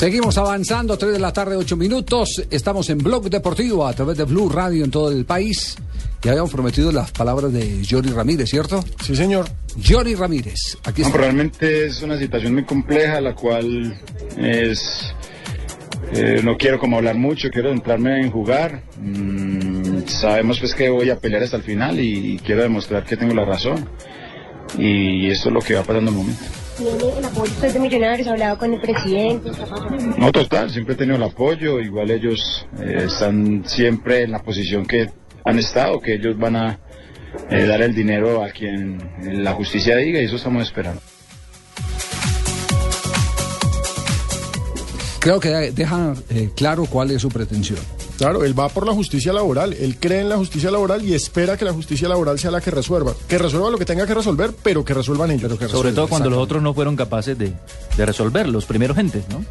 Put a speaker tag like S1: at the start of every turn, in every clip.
S1: Seguimos avanzando, 3 de la tarde, 8 minutos. Estamos en Blog Deportivo a través de Blue Radio en todo el país. Y habíamos prometido las palabras de Johnny Ramírez, ¿cierto?
S2: Sí, señor.
S1: Johnny Ramírez, aquí está.
S3: No, realmente es una situación muy compleja, la cual es... eh, no quiero como hablar mucho, quiero centrarme en jugar. Mm, sabemos pues que voy a pelear hasta el final y quiero demostrar que tengo la razón. Y esto es lo que va pasando en el momento.
S4: tiene el apoyo pues, de Millonarios, ha hablado con el presidente.
S3: No, total, siempre he tenido el apoyo, igual ellos eh, están siempre en la posición que han estado, que ellos van a eh, dar el dinero a quien la justicia diga y eso estamos esperando.
S1: Creo que deja eh, claro cuál es su pretensión.
S2: Claro, él va por la justicia laboral, él cree en la justicia laboral y espera que la justicia laboral sea la que resuelva. Que resuelva lo que tenga que resolver, pero que resuelvan ellos.
S5: Sobre todo cuando los otros no fueron capaces de, de resolver, los primeros gentes, ¿no?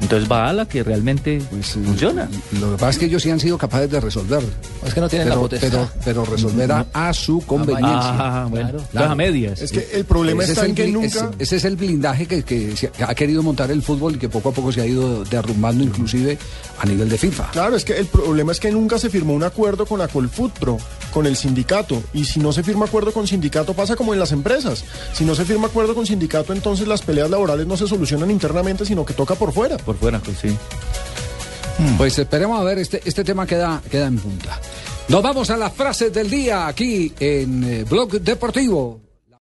S5: Entonces va a la que realmente
S1: Pues,
S5: funciona.
S1: eh, Lo que pasa es que ellos sí han sido capaces de resolver.
S6: Es que no tienen la
S1: Pero,
S6: potestad.
S1: pero, pero resolver a, a su conveniencia.
S5: Ah, bueno.
S6: Claro.
S5: Entonces, a medias.
S2: Es que el problema
S1: Ese es
S2: está en
S1: el
S2: que
S1: bli-
S2: nunca.
S1: ese- ese es el blindaje que, que se ha querido montar el fútbol y que poco a poco se ha ido derrumbando inclusive a nivel de FIFA.
S2: Claro, es que el problema es que nunca se firmó un acuerdo con la Colfutpro, con el sindicato. Y si no se firma acuerdo con sindicato, pasa como en las empresas. Si no se firma acuerdo con sindicato, entonces las peleas laborales no se solucionan internamente, sino que toca por fuera.
S5: Por fuera, pues sí.
S1: Pues esperemos a ver, este, este tema queda, queda en punta. Nos vamos a las frases del día aquí en eh, Blog Deportivo.